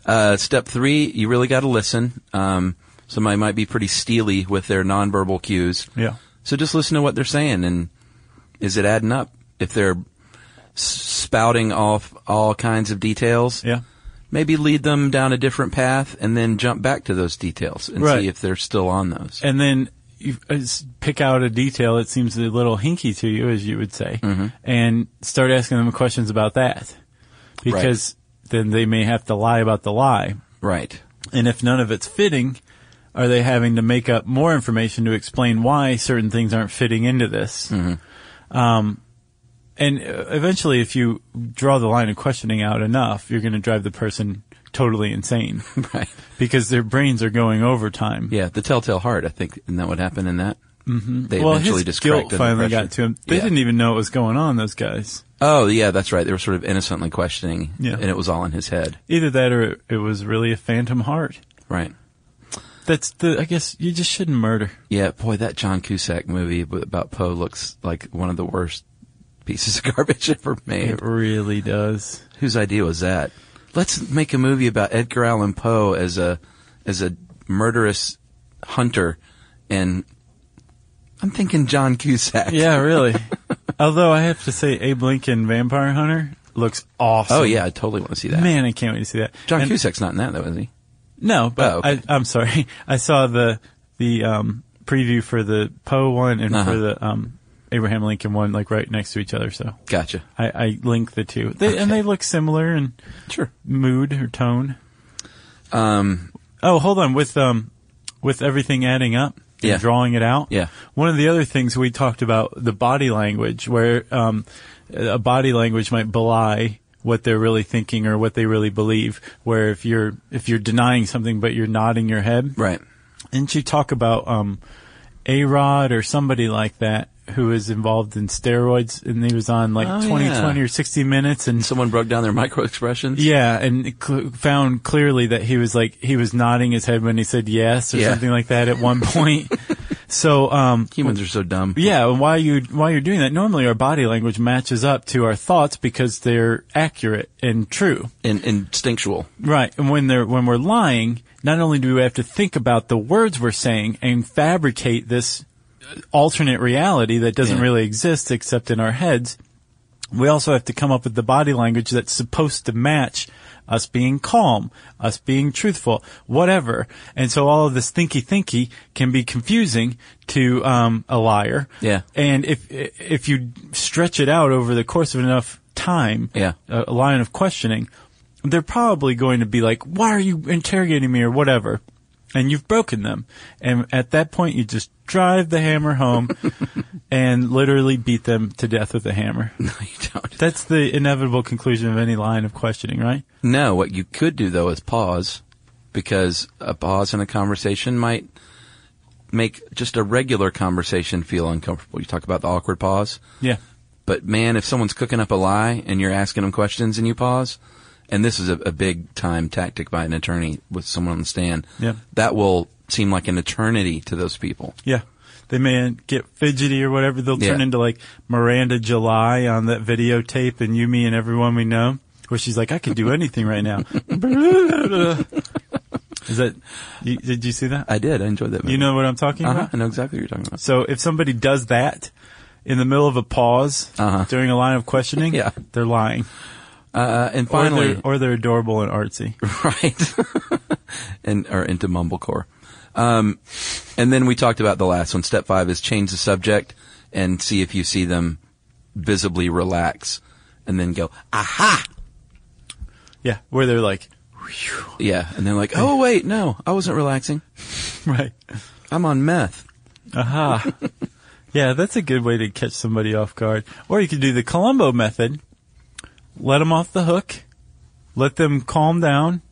B: Uh, step three, you really got to listen. Um, somebody might be pretty steely with their nonverbal cues.
D: Yeah.
B: So just listen to what they're saying, and is it adding up? If they're s- spouting off all kinds of details,
D: Yeah.
B: maybe lead them down a different path, and then jump back to those details and
D: Right.
B: see if they're still on those.
D: and then you uh, s- pick out a detail that seems a little hinky to you, as you would say, and start asking them questions about that, because then they may have to lie about the lie.
B: Right.
D: And if none of it's fitting, are they having to make up more information to explain why certain things aren't fitting into this?
B: Mm-hmm.
D: Um, and uh, eventually, if you draw the line of questioning out enough, you're going to drive the person totally insane.
B: Right.
D: Because their brains are going overtime.
B: Yeah, the telltale heart. I think, isn't that what happened in that?
D: Mm-hmm.
B: They
D: well,
B: eventually
D: his
B: just cracked
D: guilt
B: under
D: finally
B: pressure.
D: got to him. They
B: Yeah.
D: didn't even know what was going on. Those guys.
B: Oh, yeah, that's right. They were sort of innocently questioning,
D: Yeah.
B: and it was all in his head.
D: Either that, or it, it was really a phantom heart.
B: Right.
D: That's the. I guess you just shouldn't murder.
B: Yeah, boy, that John Cusack movie ab- about Poe looks like one of the worst pieces of garbage ever made.
D: It really does.
B: Whose idea was that? Let's make a movie about Edgar Allan Poe as a as a murderous hunter, and I'm thinking John Cusack.
D: Yeah, really. Although I have to say, Abe Lincoln, Vampire Hunter, looks awesome.
B: Oh yeah, I totally want to see that.
D: Man, I can't wait to see that.
B: John
D: And-
B: Cusack's not in that though, is he?
D: No, but
B: Oh, okay.
D: I, I'm sorry. I saw the the um, preview for the Poe one and
B: Uh-huh.
D: for the um, Abraham Lincoln one, like right next to each other. So
B: Gotcha.
D: I, I link the two, they, and they look similar in
B: Sure.
D: mood or tone.
B: Um,
D: Oh, hold on. With um, with everything adding up, and
B: Yeah.
D: drawing it out.
B: Yeah.
D: One of the other things we talked about the body language, where um, a body language might belie what they're really thinking or what they really believe. Where if you're if you're denying something but you're nodding your head,
B: right.
D: didn't you talk about um, A Rod or somebody like that who is involved in steroids and he was on like
B: Oh,
D: twenty, twenty
B: yeah.
D: or 60 minutes and
B: Someone broke down their micro expressions.
D: yeah, and it cl- found clearly that he was like he was nodding his head when he said yes or
B: Yeah.
D: something like that at one point. so, um,
B: Humans are so dumb.
D: yeah, and while you while you're doing that, normally our body language matches up to our thoughts because they're accurate and true.
B: And instinctual.
D: Right. And when they're when we're lying, not only do we have to think about the words we're saying and fabricate this alternate reality that doesn't
B: Yeah.
D: really exist except in our heads, we also have to come up with the body language that's supposed to match us being calm, us being truthful, whatever. And so all of this thinky thinky can be confusing to um, a liar.
B: Yeah.
D: And if if you stretch it out over the course of enough time,
B: Yeah.
D: a a line of questioning, they're probably going to be like, "Why are you interrogating me?" or whatever. and you've broken them. And at that point, you just drive the hammer home and literally beat them to death with a hammer. No, you don't. That's the inevitable conclusion of any line of questioning, right?
B: No, what you could do though is pause because a pause in a conversation might make just a regular conversation feel uncomfortable. You talk about the awkward pause.
D: Yeah.
B: But man, if someone's cooking up a lie and you're asking them questions and you pause, and this is a, a big time tactic by an attorney with someone on the stand,
D: Yeah.
B: that will seem like an eternity to those people.
D: Yeah. They may get fidgety or whatever. They'll turn
B: Yeah.
D: into like Miranda July on that videotape and you, me, and everyone we know, where she's like, I could do anything right now. Is that, you, did you see that?
B: I did. I enjoyed that movie.
D: You know what I'm talking
B: Uh-huh.
D: about?
B: I know exactly what you're talking about.
D: So if somebody does that in the middle of a pause
B: Uh-huh.
D: during a line of questioning, yeah. they're lying.
B: Uh, and
D: or
B: finally-
D: they're, or they're adorable and artsy.
B: Right. and or into mumblecore. Um, and then we talked about the last one. Step five is change the subject and see if you see them visibly relax, and then go aha.
D: Yeah, where they're like,
B: yeah, and they're like, oh wait, no, I wasn't relaxing.
D: right.
B: I'm on meth.
D: Aha. yeah, that's a good way to catch somebody off guard. Or you could do the Columbo method. Let them off the hook. Let them calm down.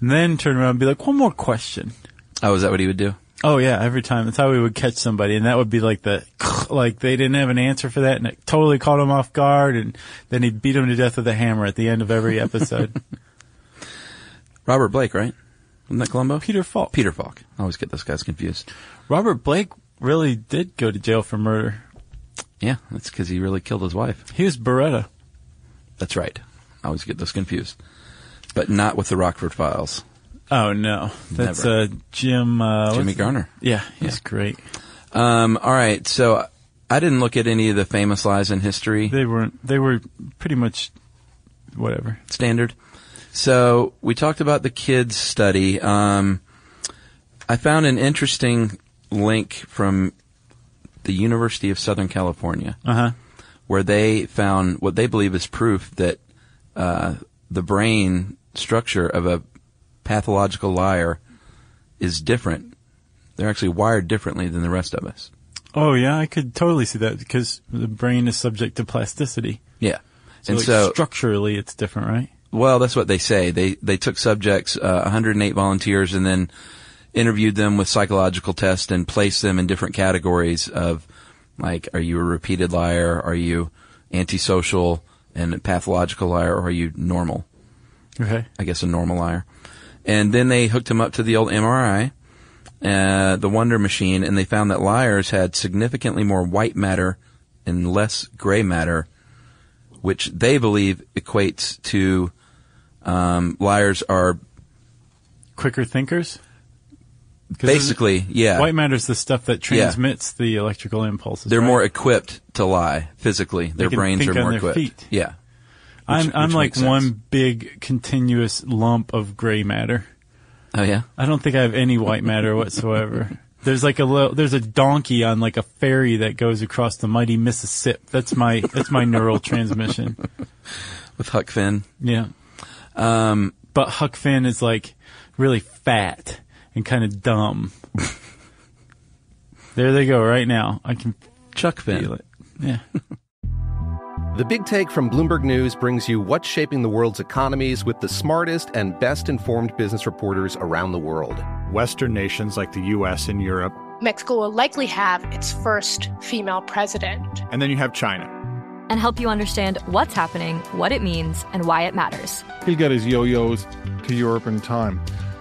D: And then turn around and be like, one more question.
B: Oh, is that what he would do?
D: Oh yeah, every time. That's how we would catch somebody. And that would be like the, like they didn't have an answer for that and it totally caught him off guard. And then he beat him to death with a hammer at the end of every episode.
B: Robert Blake, right? Isn't that Columbo?
D: Peter Falk.
B: Peter Falk. I always get those guys confused.
D: Robert Blake really did go to jail for murder.
B: Yeah, that's because he really killed his wife.
D: He was Beretta.
B: That's right. I always get those confused. But not with the Rockford Files.
D: Oh no, that's
B: Never.
D: uh, Jim. Uh,
B: Jimmy
D: what's-
B: Garner.
D: Yeah, he's great.
B: Um, all right, so I didn't look at any of the famous lies in history
D: They weren't. They were pretty much whatever.
B: standard. So we talked about the kids study. Um, I found an interesting link from the University of Southern California,
D: Uh-huh.
B: where they found what they believe is proof that uh, the brain structure of a pathological liar is different. They're actually wired differently than the rest of us.
D: Oh yeah, I could totally see that because the brain is subject to plasticity.
B: Yeah.
D: So,
B: And
D: like,
B: so-
D: structurally, it's different, right?
B: Well, that's what they say. They they took subjects, uh, 108 volunteers, and then interviewed them with psychological tests and placed them in different categories of like, are you a repeated liar? Are you antisocial and a pathological liar? Or are you normal?
D: Okay.
B: I guess a normal liar. And then they hooked him up to the old MRI, uh, the Wonder Machine, and they found that liars had significantly more white matter and less gray matter, which they believe equates to um, liars are
D: Quicker thinkers. 'Cause
B: basically,
D: there's-
B: yeah,
D: White matter's the stuff that
B: Yeah.
D: transmits the electrical impulses.
B: they're
D: right?
B: more equipped to lie physically. Their
D: can
B: brains
D: think
B: are
D: on
B: more
D: their
B: equipped.
D: feet.
B: Yeah,
D: I'm
B: Which-
D: I'm
B: which
D: like
B: makes sense.
D: one big continuous lump of gray matter.
B: Oh yeah.
D: I don't think I have any white matter whatsoever. There's like a little, there's a donkey on like a ferry that goes across the mighty Mississippi. That's my that's my neural transmission.
B: with Huck Finn.
D: Yeah. Um, but Huck Finn is like really fat and kind of dumb. there they go right now. I can
B: Chuck
D: Finn. Feel it. Yeah.
E: The Big Take from Bloomberg News brings you what's shaping the world's economies with the smartest and best informed business reporters around the world.
F: Western nations like the US and Europe.
G: Mexico will likely have its first female president.
F: And then you have China.
H: and help you understand what's happening, what it means, and why it matters.
I: He'll get his yo-yos to Europe in time.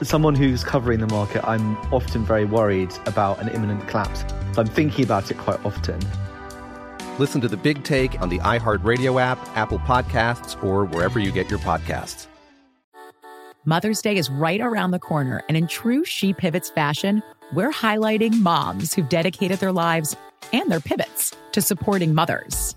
J: As someone who's covering the market, I'm often very worried about an imminent collapse. I'm thinking about it quite often.
E: Listen to The Big Take on the iHeartRadio app, Apple Podcasts, or wherever you get your podcasts.
A: Mother's Day is right around the corner, and in true She Pivots fashion, we're highlighting moms who've dedicated their lives and their pivots to supporting mothers.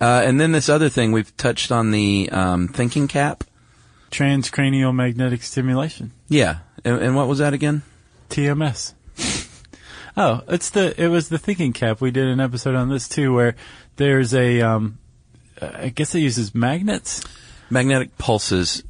B: Uh, and then this other thing we've touched on the um, thinking cap.
D: Transcranial magnetic stimulation.
B: Yeah, and, and what was that again?
D: TMS. oh, it's the it was the thinking cap. We did an episode on this too, where there's a um, I guess it uses magnets,
B: magnetic pulses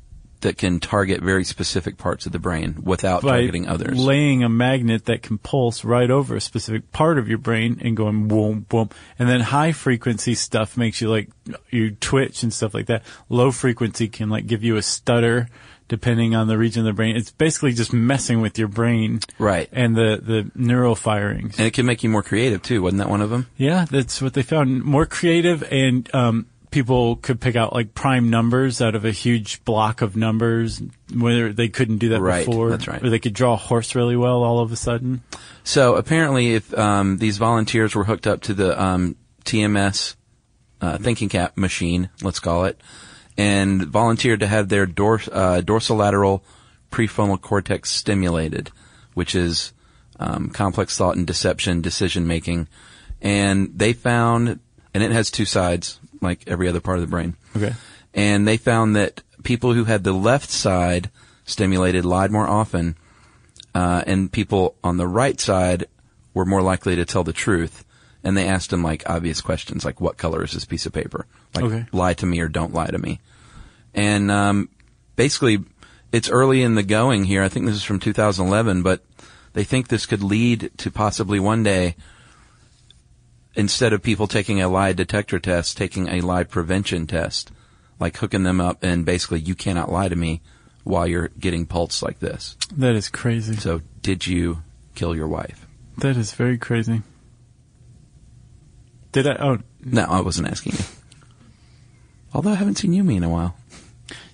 B: that can target very specific parts of the brain without
D: by
B: Oh, targeting others.
D: laying a magnet that can pulse right over a specific part of your brain and going boom, boom. And then high frequency stuff makes you like, you twitch and stuff like that. Low frequency can like give you a stutter depending on the region of the brain. It's basically just messing with your brain.
B: Right.
D: And the, the neural firings.
B: And it can make you more creative too. Wasn't that one of them?
D: Yeah, that's what they found. More creative and, um, people could pick out like prime numbers out of a huge block of numbers, whether they couldn't do that
B: Right,
D: before.
B: that's right.
D: Or they could draw a horse really well all of a sudden.
B: So apparently, if um, these volunteers were hooked up to the um, TMS uh, thinking cap machine, let's call it, and volunteered to have their dors- uh, dorsolateral prefrontal cortex stimulated, which is um, complex thought and deception, decision making, and they found, and it has two sides like every other part of the brain.
D: Okay.
B: And they found that people who had the left side stimulated lied more often, uh, and people on the right side were more likely to tell the truth. And they asked them like obvious questions, like "What color is this piece of paper?" Like
D: Okay.
B: "Lie to me or don't lie to me." And um, basically, it's early in the going here. I think this is from 2011, but they think this could lead to possibly one day instead of people taking a lie detector test, taking a lie prevention test, like hooking them up and basically you cannot lie to me while you're getting pulsed like this.
D: That is crazy.
B: So did you kill your wife?
D: That is very crazy. Did I? Oh,
B: No, I wasn't asking you. Although I haven't seen Yumi in a while.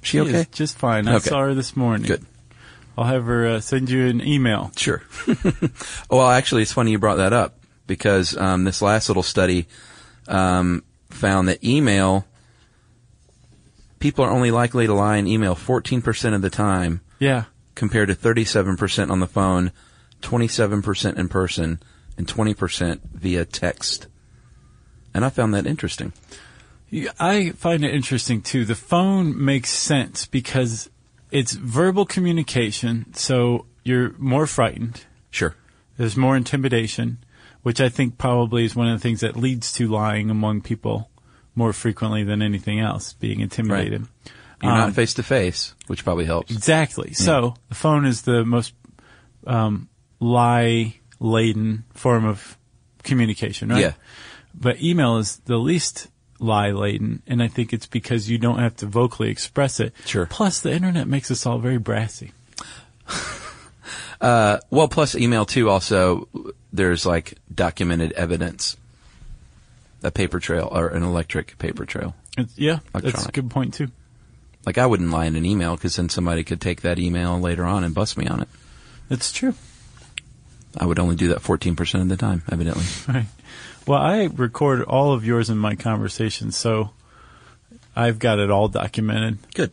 B: She
D: is
B: okay?
D: just fine. I
B: Okay.
D: saw her this morning.
B: Good.
D: I'll have her uh, send you an email.
B: Sure. well, actually, it's funny you brought that up because um, this last little study um, found that email people are only likely to lie in email 14% of the time.
D: Yeah.
B: Compared to 37% on the phone, 27% in person, and 20% via text. And I found that interesting.
D: Yeah, I find it interesting too. The phone makes sense because it's verbal communication, so you're more frightened.
B: Sure.
D: There's more intimidation, which I think probably is one of the things that leads to lying among people more frequently than anything else, being intimidated.
B: You're
D: Um,
B: not face to face, which probably helps.
D: Exactly. So the phone is the most um, lie laden form of communication, right?
B: Yeah.
D: But email is the least lie laden, and I think it's because you don't have to vocally express it. Sure. Plus, the internet makes us all very brassy.
B: Uh, well, plus email too. Also, there's like documented evidence, a paper trail or an electric paper trail.
D: It's, yeah, that's a
B: Electronic.
D: good point too.
B: Like I wouldn't lie in an email because then somebody could take that email later on and bust me on it.
D: That's true.
B: I would only do that 14% of the time, evidently.
D: Right. Well, I record all of yours in my conversations, so I've got it all documented.
B: Good.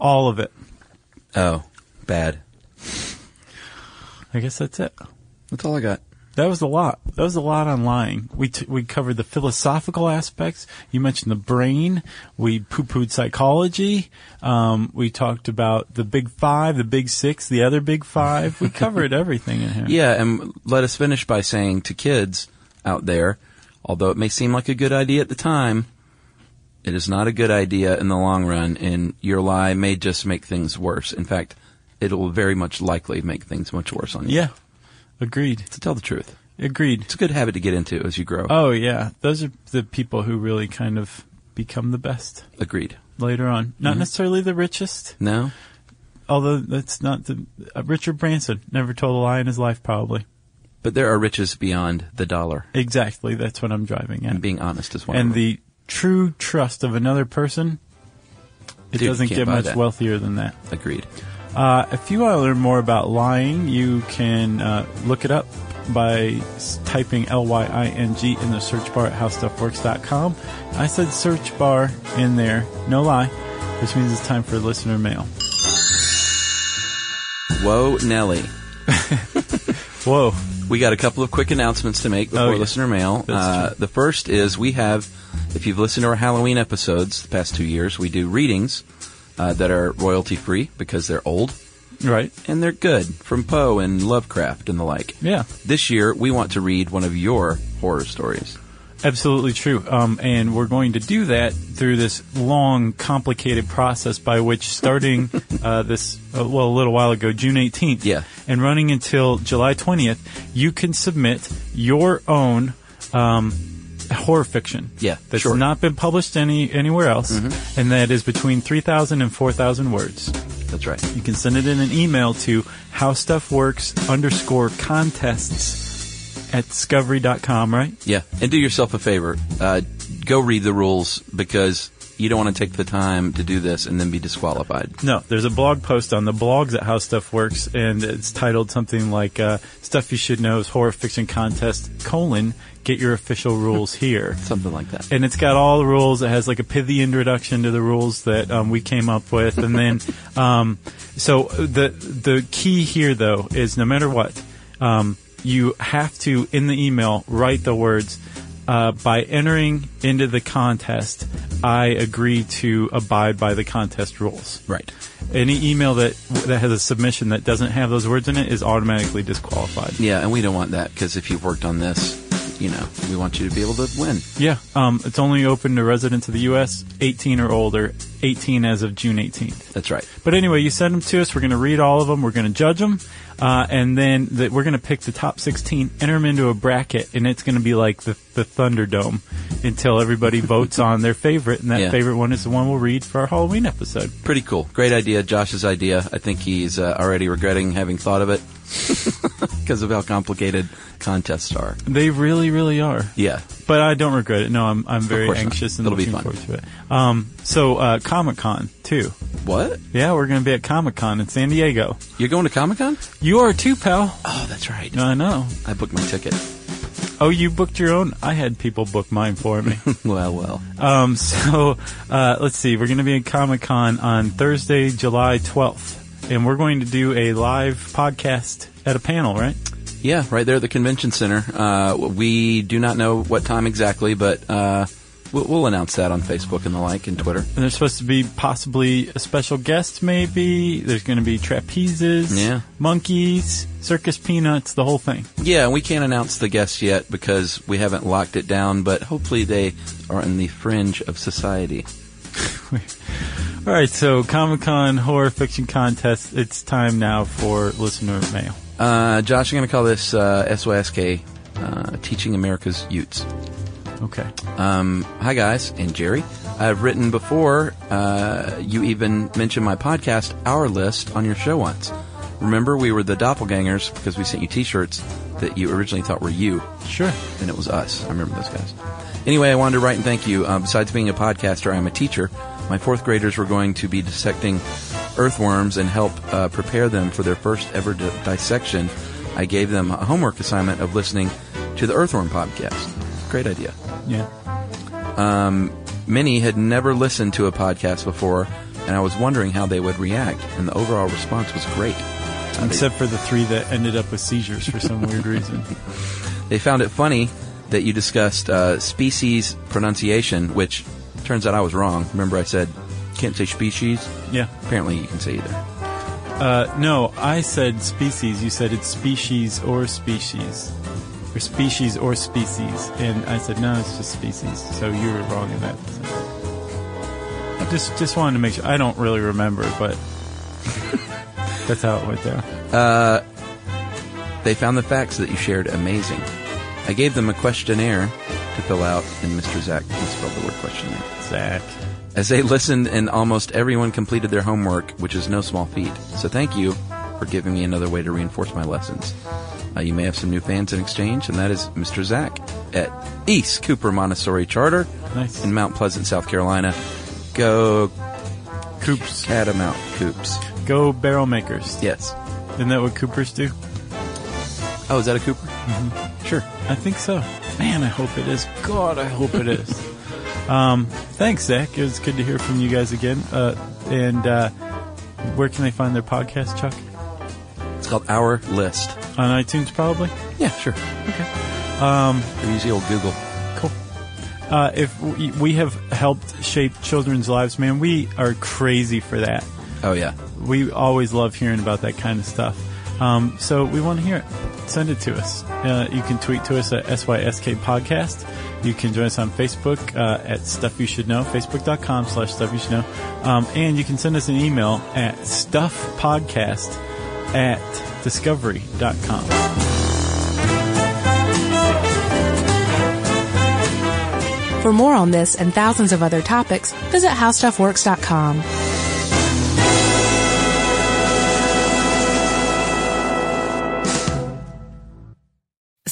D: All of it.
B: Oh, bad.
D: I guess that's it.
B: That's all I got.
D: That was a lot. That was a lot on lying. We t- we covered the philosophical aspects. You mentioned the brain. We poo pooed psychology. Um, we talked about the big five, the big six, the other big five. We covered everything in here.
B: Yeah, and let us finish by saying to kids out there, although it may seem like a good idea at the time, it is not a good idea in the long run, and your lie may just make things worse. In fact, it will very much likely make things much worse on you.
D: Yeah. Agreed.
B: To tell the truth.
D: Agreed.
B: It's a good habit to get into as you grow.
D: Oh yeah, those are the people who really kind of become the best
B: Agreed.
D: later on. Not
B: Mhm.
D: necessarily the richest.
B: No?
D: Although that's not the uh, Richard Branson never told a lie in his life. Probably
B: But there are riches beyond the dollar.
D: Exactly. That's what I'm driving at.
B: And being honest is one.
D: and
B: of them.
D: the true trust of another person, it
B: Dude,
D: doesn't
B: can't
D: get
B: buy
D: much
B: that.
D: wealthier than that.
B: Agreed.
D: Uh, if you want to learn more about lying, you can uh, look it up by s- typing L-Y-I-N-G in the search bar at howstuffworks.com. I said search bar in there, no lie, which means it's time for listener mail.
B: Whoa, Nelly.
D: Whoa.
B: We got a couple of quick announcements to make before
D: Oh, yeah.
B: listener mail. Uh, the first is we have, if you've listened to our Halloween episodes the past two years, we do readings uh, that are royalty free because they're old.
D: Right.
B: And they're good from Poe and Lovecraft and the like.
D: Yeah.
B: This year, we want to read one of your horror stories.
D: Absolutely true. Um, and we're going to do that through this long, complicated process by which starting uh, this, uh, well, a little while ago, June 18th, yeah. and running until July 20th, you can submit your own um, horror fiction.
B: Yeah,
D: That's
B: sure.
D: not been published any anywhere else,
B: Mhm.
D: and that is between 3,000 and 4,000 words.
B: That's right.
D: You can send it in an email to howstuffworks underscore contests at discovery.com, right?
B: Yeah. And do yourself a favor uh, go read the rules because you don't want to take the time to do this and then be disqualified.
D: No, there's a blog post on the blogs at How Stuff Works, and it's titled something like uh, "Stuff You Should Know's Horror Fiction Contest: colon Get Your Official Rules Here."
B: Something like that.
D: And it's got all the rules. It has like a pithy introduction to the rules that um, we came up with, and then um, so the the key here though is no matter what, um, you have to in the email write the words. Uh, by entering into the contest, I agree to abide by the contest rules.
B: Right.
D: Any email that that has a submission that doesn't have those words in it is automatically disqualified.
B: Yeah, and we don't want that because if you've worked on this, you know, we want you to be able to win.
D: Yeah, um, it's only open to residents of the U.S. 18 or older, 18 as of June 18th.
B: That's right.
D: But anyway, you send them to us. We're going to read all of them. We're going to judge them, uh, and then the, we're going to pick the top 16, enter them into a bracket, and it's going to be like the, the Thunderdome until everybody votes on their favorite, and that
B: Yeah.
D: favorite one is the one we'll read for our Halloween episode.
B: Pretty cool. Great idea. Josh's idea. I think he's uh, already regretting having thought of it because of how complicated contests are.
D: They really, really are.
B: Yeah.
D: But I don't regret it. No, I'm I'm very
B: course not.
D: anxious and
B: It'll be
D: looking
B: fun.
D: forward to it. Um, so uh, Comic Con too.
B: What?
D: Yeah, we're going to be at Comic Con in San Diego.
B: You're going to Comic Con?
D: You are too, pal.
B: Oh, that's right.
D: I know.
B: I booked my ticket.
D: Oh, you booked your own? I had people book mine for me.
B: well, well.
D: Um, so uh, let's see. We're going to be at Comic Con on Thursday, July 12th, and we're going to do a live podcast at a panel, right?
B: Yeah, right there at the convention center. Uh, we do not know what time exactly, but uh, we'll, we'll announce that on Facebook and the like and Twitter.
D: And there's supposed to be possibly a special guest, maybe. There's going to be trapezes,
B: Yeah.
D: monkeys, circus peanuts, the whole thing.
B: Yeah, and we can't announce the guests yet because we haven't locked it down, but hopefully they are on the fringe of society.
D: All right, so Comic Con Horror Fiction Contest. It's time now for listener mail.
B: Uh, Josh, I'm going to call this uh, SYSK, uh, Teaching America's Utes.
D: Okay.
B: Um, hi, guys, and Jerry. I've written before uh, you even mentioned my podcast, Our List, on your show once. Remember, we were the doppelgangers because we sent you t shirts that you originally thought were you.
D: Sure.
B: And it was us. I remember those guys. Anyway, I wanted to write and thank you. Um, besides being a podcaster, I'm a teacher. My fourth graders were going to be dissecting earthworms and help uh, prepare them for their first ever di- dissection. I gave them a homework assignment of listening to the Earthworm podcast. Great idea.
D: Yeah.
B: Um, many had never listened to a podcast before, and I was wondering how they would react, and the overall response was great. Uh, they-
D: Except for the three that ended up with seizures for some weird reason.
B: They found it funny that you discussed uh, species pronunciation, which turns out I was wrong. Remember, I said can't say species.
D: Yeah.
B: Apparently, you can say either.
D: Uh, no, I said species. You said it's species or species. Or species or species. And I said, no, it's just species. So you were wrong in that. I just, just wanted to make sure. I don't really remember, but that's how it went down.
B: Uh, they found the facts that you shared amazing. I gave them a questionnaire to fill out, and Mr. Zach misspelled the word questionnaire.
D: Zach.
B: As they listened, and almost everyone completed their homework, which is no small feat. So thank you for giving me another way to reinforce my lessons. Uh, you may have some new fans in exchange, and that is Mr. Zach at East Cooper Montessori Charter
D: nice.
B: in Mount Pleasant, South Carolina. Go
D: Coops.
B: Catamount Coops.
D: Go barrel makers.
B: Yes.
D: Isn't that what Coopers do?
B: Oh, is that a Cooper?
D: Mm-hmm. Sure. I think so. Man, I hope it is. God, I hope it is. um, thanks, Zach. It was good to hear from you guys again. Uh, and uh, where can they find their podcast, Chuck?
B: It's called Our List.
D: On iTunes, probably?
B: Yeah, sure.
D: Okay. Um,
B: or use the old Google.
D: Cool. Uh, if we, we have helped shape children's lives, man, we are crazy for that.
B: Oh, yeah.
D: We always love hearing about that kind of stuff. Um, so we want to hear it. Send it to us. Uh, you can tweet to us at SYSK Podcast. You can join us on Facebook uh, at Stuff You Should Know, facebook.com slash Stuff You Should Know. Um, and you can send us an email at stuffpodcast at discovery.com.
C: For more on this and thousands of other topics, visit howstuffworks.com.